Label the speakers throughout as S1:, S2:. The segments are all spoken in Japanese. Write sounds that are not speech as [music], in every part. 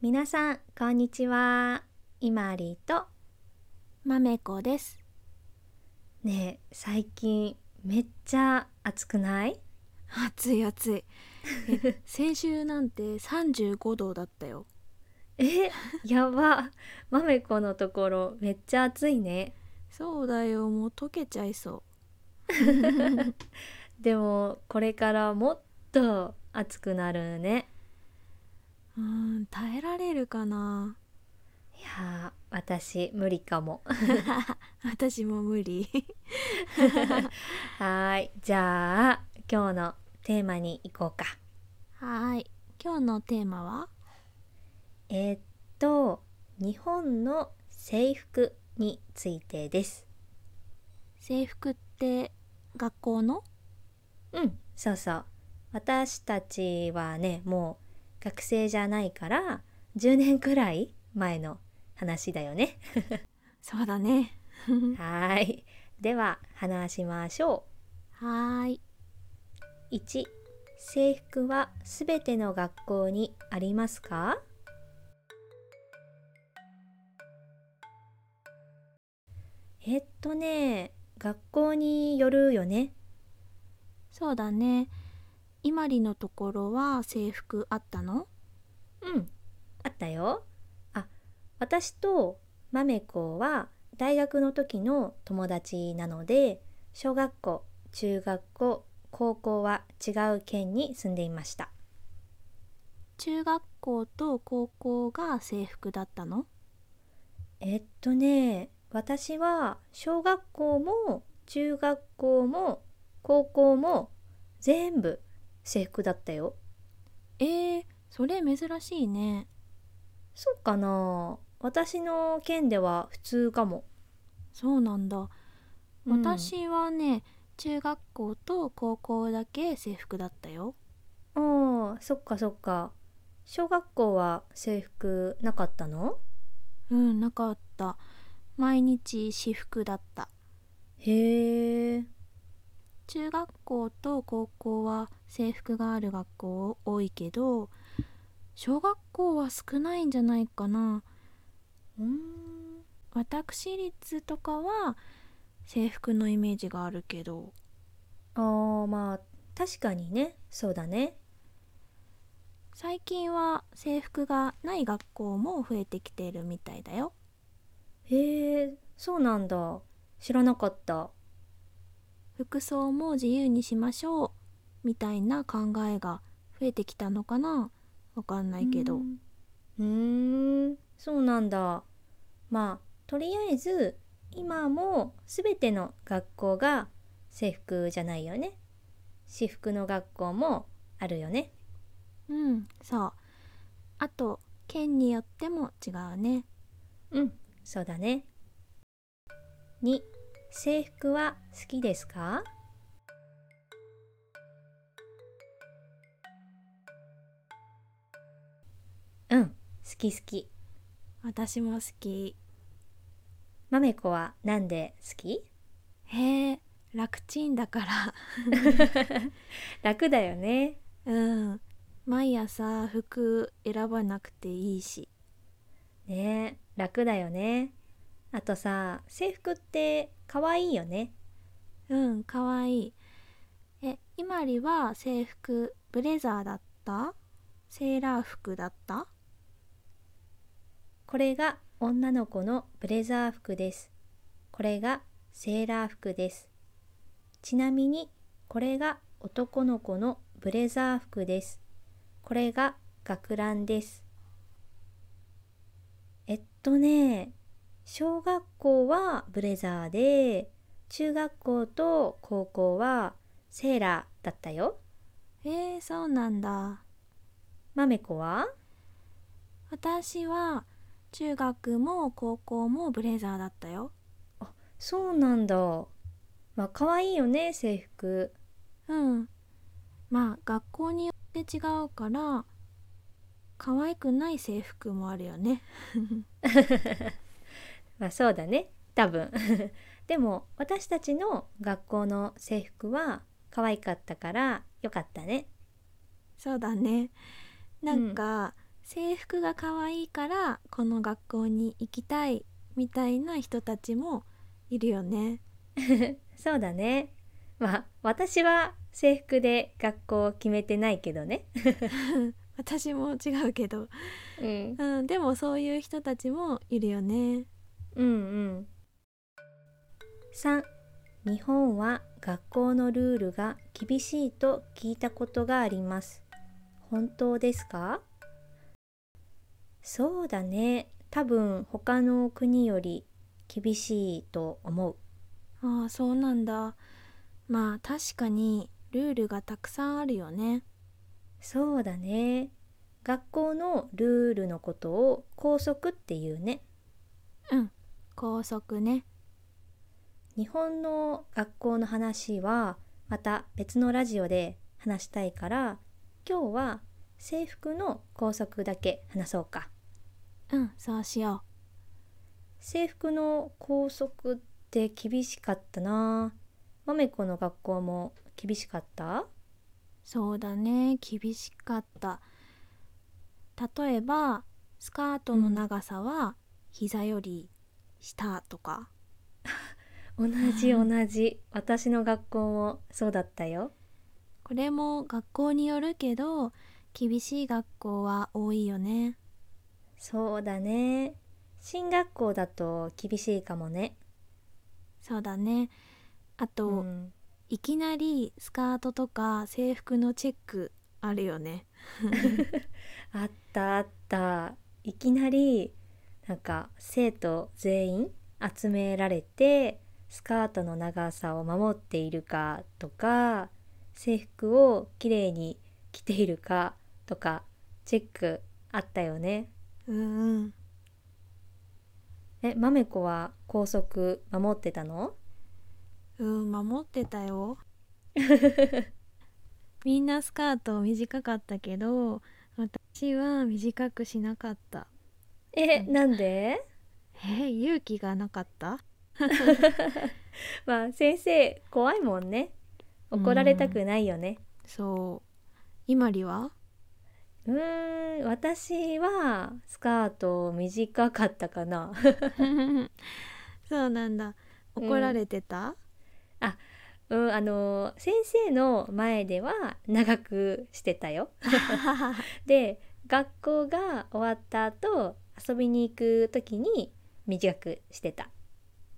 S1: 皆さんこんにちはイマリーと
S2: まめこです
S1: ねえ最近めっちゃ暑くない [laughs]
S2: 暑い暑いえ [laughs] 先週なんて35度だったよ
S1: えやばまめこのところめっちゃ暑いね
S2: そうだよもう溶けちゃいそ
S1: でもこれからもっと暑くなるね
S2: ううーん耐えられるかない
S1: やー私無理かも [laughs]
S2: 私も無理
S1: はーいじゃあ今日のテーマに行こうか
S2: はーい今日のテーマは
S1: えーっと日本の制服についてです
S2: 制服って学校の
S1: うん、そうそう。私たちはね、もう学生じゃないから、10年くらい前の話だよね。
S2: そうだね
S1: はーい。では、話しましょ。
S2: はーいう
S1: 1、制服はすべての学校にありますかえっとね、学校によるよね。
S2: そうだねいまりのところは制服あったの
S1: うん、あったよ。あ、私とまめこは大学の時の友達なので、小学校、中学校、高校は違う県に住んでいました。
S2: 中学校と高校が制服だったの
S1: えっとね、私は小学校も中学校も高校も全部制服だったよ。
S2: えー、それ珍しいね
S1: そうかな私の県では普通かも。
S2: そうなんだ
S1: うん、
S2: 私はね中学校と高校だけ制服だったよ
S1: ああ、そっかそっか。小学校は制服なかったの
S2: うんなかった毎日私服だった
S1: へえ。
S2: 中学校と高校は制服がある学校多いけど小学校は少ないんじゃないかな
S1: うん。
S2: 私立とかは制服のイメージがあるけど
S1: ああ、まあ、確かにね。そうだね。
S2: 最近は制服がない学校も増えてきてるみたいだよ
S1: へえ、そうなんだ。知らなかった。
S2: 服装も自由にしましょうみたいな考えが増えてきたのかなわかんないけど
S1: うん。うーん、そうなんだ。まあ、とりあえず、今もすべての学校が制服じゃないよね。私服の学校もあるよね。
S2: うんそうあと県によっても違うね
S1: うん、そうだね。2. 制服は好きですかうん、好き好き。
S2: 私も好き
S1: まめこはなんで好き
S2: へえ楽ちんだから
S1: 楽だよね。
S2: [laughs] うん毎朝服選ばなくていいし
S1: ねえ楽だよね。あとさ、制服って可愛いよね。
S2: うんかわいいえいまりは制服ブレザーだったセーラー服だった
S1: これが女の子のブレザー服です。これがセーラー服です。ちなみに、これが男の子のブレザー服です。これが学ランです。えっとね、小学校はブレザーで、中学校と高校はセーラーだったよ。
S2: えー、そうなんだ
S1: まめこは
S2: 私は中学も高校もブレザーだったよ
S1: そうなんだ。まあ、可愛いよね、制服。
S2: うんまあ学校によって違うから可愛くない制服もあるよね
S1: まあそうだね多分 [laughs] でも私たちの学校の制服は可愛かったからよかったね
S2: そうだねなんか、制服が可愛いからこの学校に行きたいみたいな人たちもいるよね。
S1: そうだねまあ私は制服で学校を決めてないけどね
S2: 私も違うけど、
S1: うん
S2: うん、でもそういう人たちもいるよね。
S1: うんうん3日本は学校のルールが厳しいと聞いたことがあります本当ですかそうだね多分他の国より厳しいと思う
S2: ああそうなんだ。まあ確かにルールがたくさんあるよね。
S1: そうだね学校のルールのことを校則っていうね
S2: うん校則ね。
S1: 日本の学校の話はまた別のラジオで話したいから今日は制服の校則だけ話そうか
S2: うんそうしよ
S1: 制服の校則って厳しかったなまめこの学校も厳しかった
S2: う。そうだね厳しかった。例えばスカートの長さは膝より下とか。
S1: 同じ同じ私の学校もそうだったよ
S2: これも学校によるけど厳しい学校は多いよね
S1: そうだね進学校だと厳しいかもね
S2: そうだねあと、
S1: うん、
S2: いきなりスカートとか制服のチェックあるよね
S1: あったあったいきなりなんか生徒全員集められてスカートの長さを守っているかとか制服をきれいに着ているかとかチェックあったよね
S2: うんうん
S1: えまめこは校則守ってたの
S2: うん守って
S1: [laughs]
S2: たよみんなスカート短かったけど私は短くしなかった
S1: え
S2: うん
S1: なんで
S2: え勇気がなかった
S1: [laughs] まあ先生怖いもんね怒られたくないよね
S2: そういまり
S1: [laughs]
S2: は
S1: うーん私はスカート短かったかな
S2: そうなんだ怒られて
S1: う
S2: た、
S1: んあの先生の前では長くしてた
S2: [laughs]
S1: よで学校が終わった後遊びに行く時に短くして
S2: [laughs]
S1: た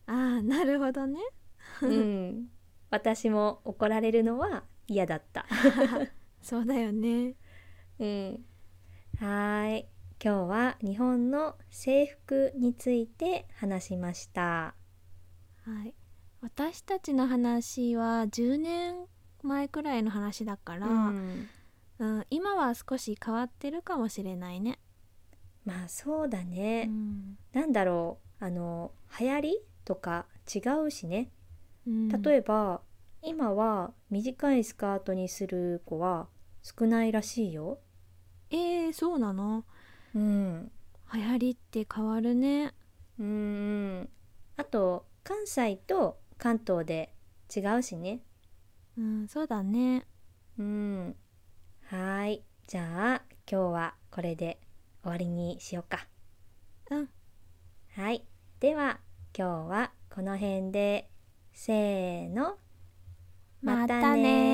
S2: ああなるほどね
S1: うん私も怒られるのは嫌だ
S2: [laughs]
S1: った
S2: そうだよね
S1: うん、はーい今日は日本の制服について話しました
S2: はい私たちの話は10年前くらいの話だから、うん
S1: ん、
S2: 今は少し変わってるかもしれないね、
S1: まあそうだ
S2: う
S1: ね、
S2: ん
S1: なんだろうあの流行りとか違うしね
S2: うん
S1: 例えば、今は短いスカートにする子は少ないらしいよ
S2: えー、そうなの
S1: うん
S2: 流行りって変わるね
S1: うんうんあと関西と関東で違うしね
S2: うんそうだね
S1: うん。はーい。じゃあ、今日はこれで終わりにしようか。
S2: うん
S1: はい。では、今日はこの辺で、せーの。
S2: またね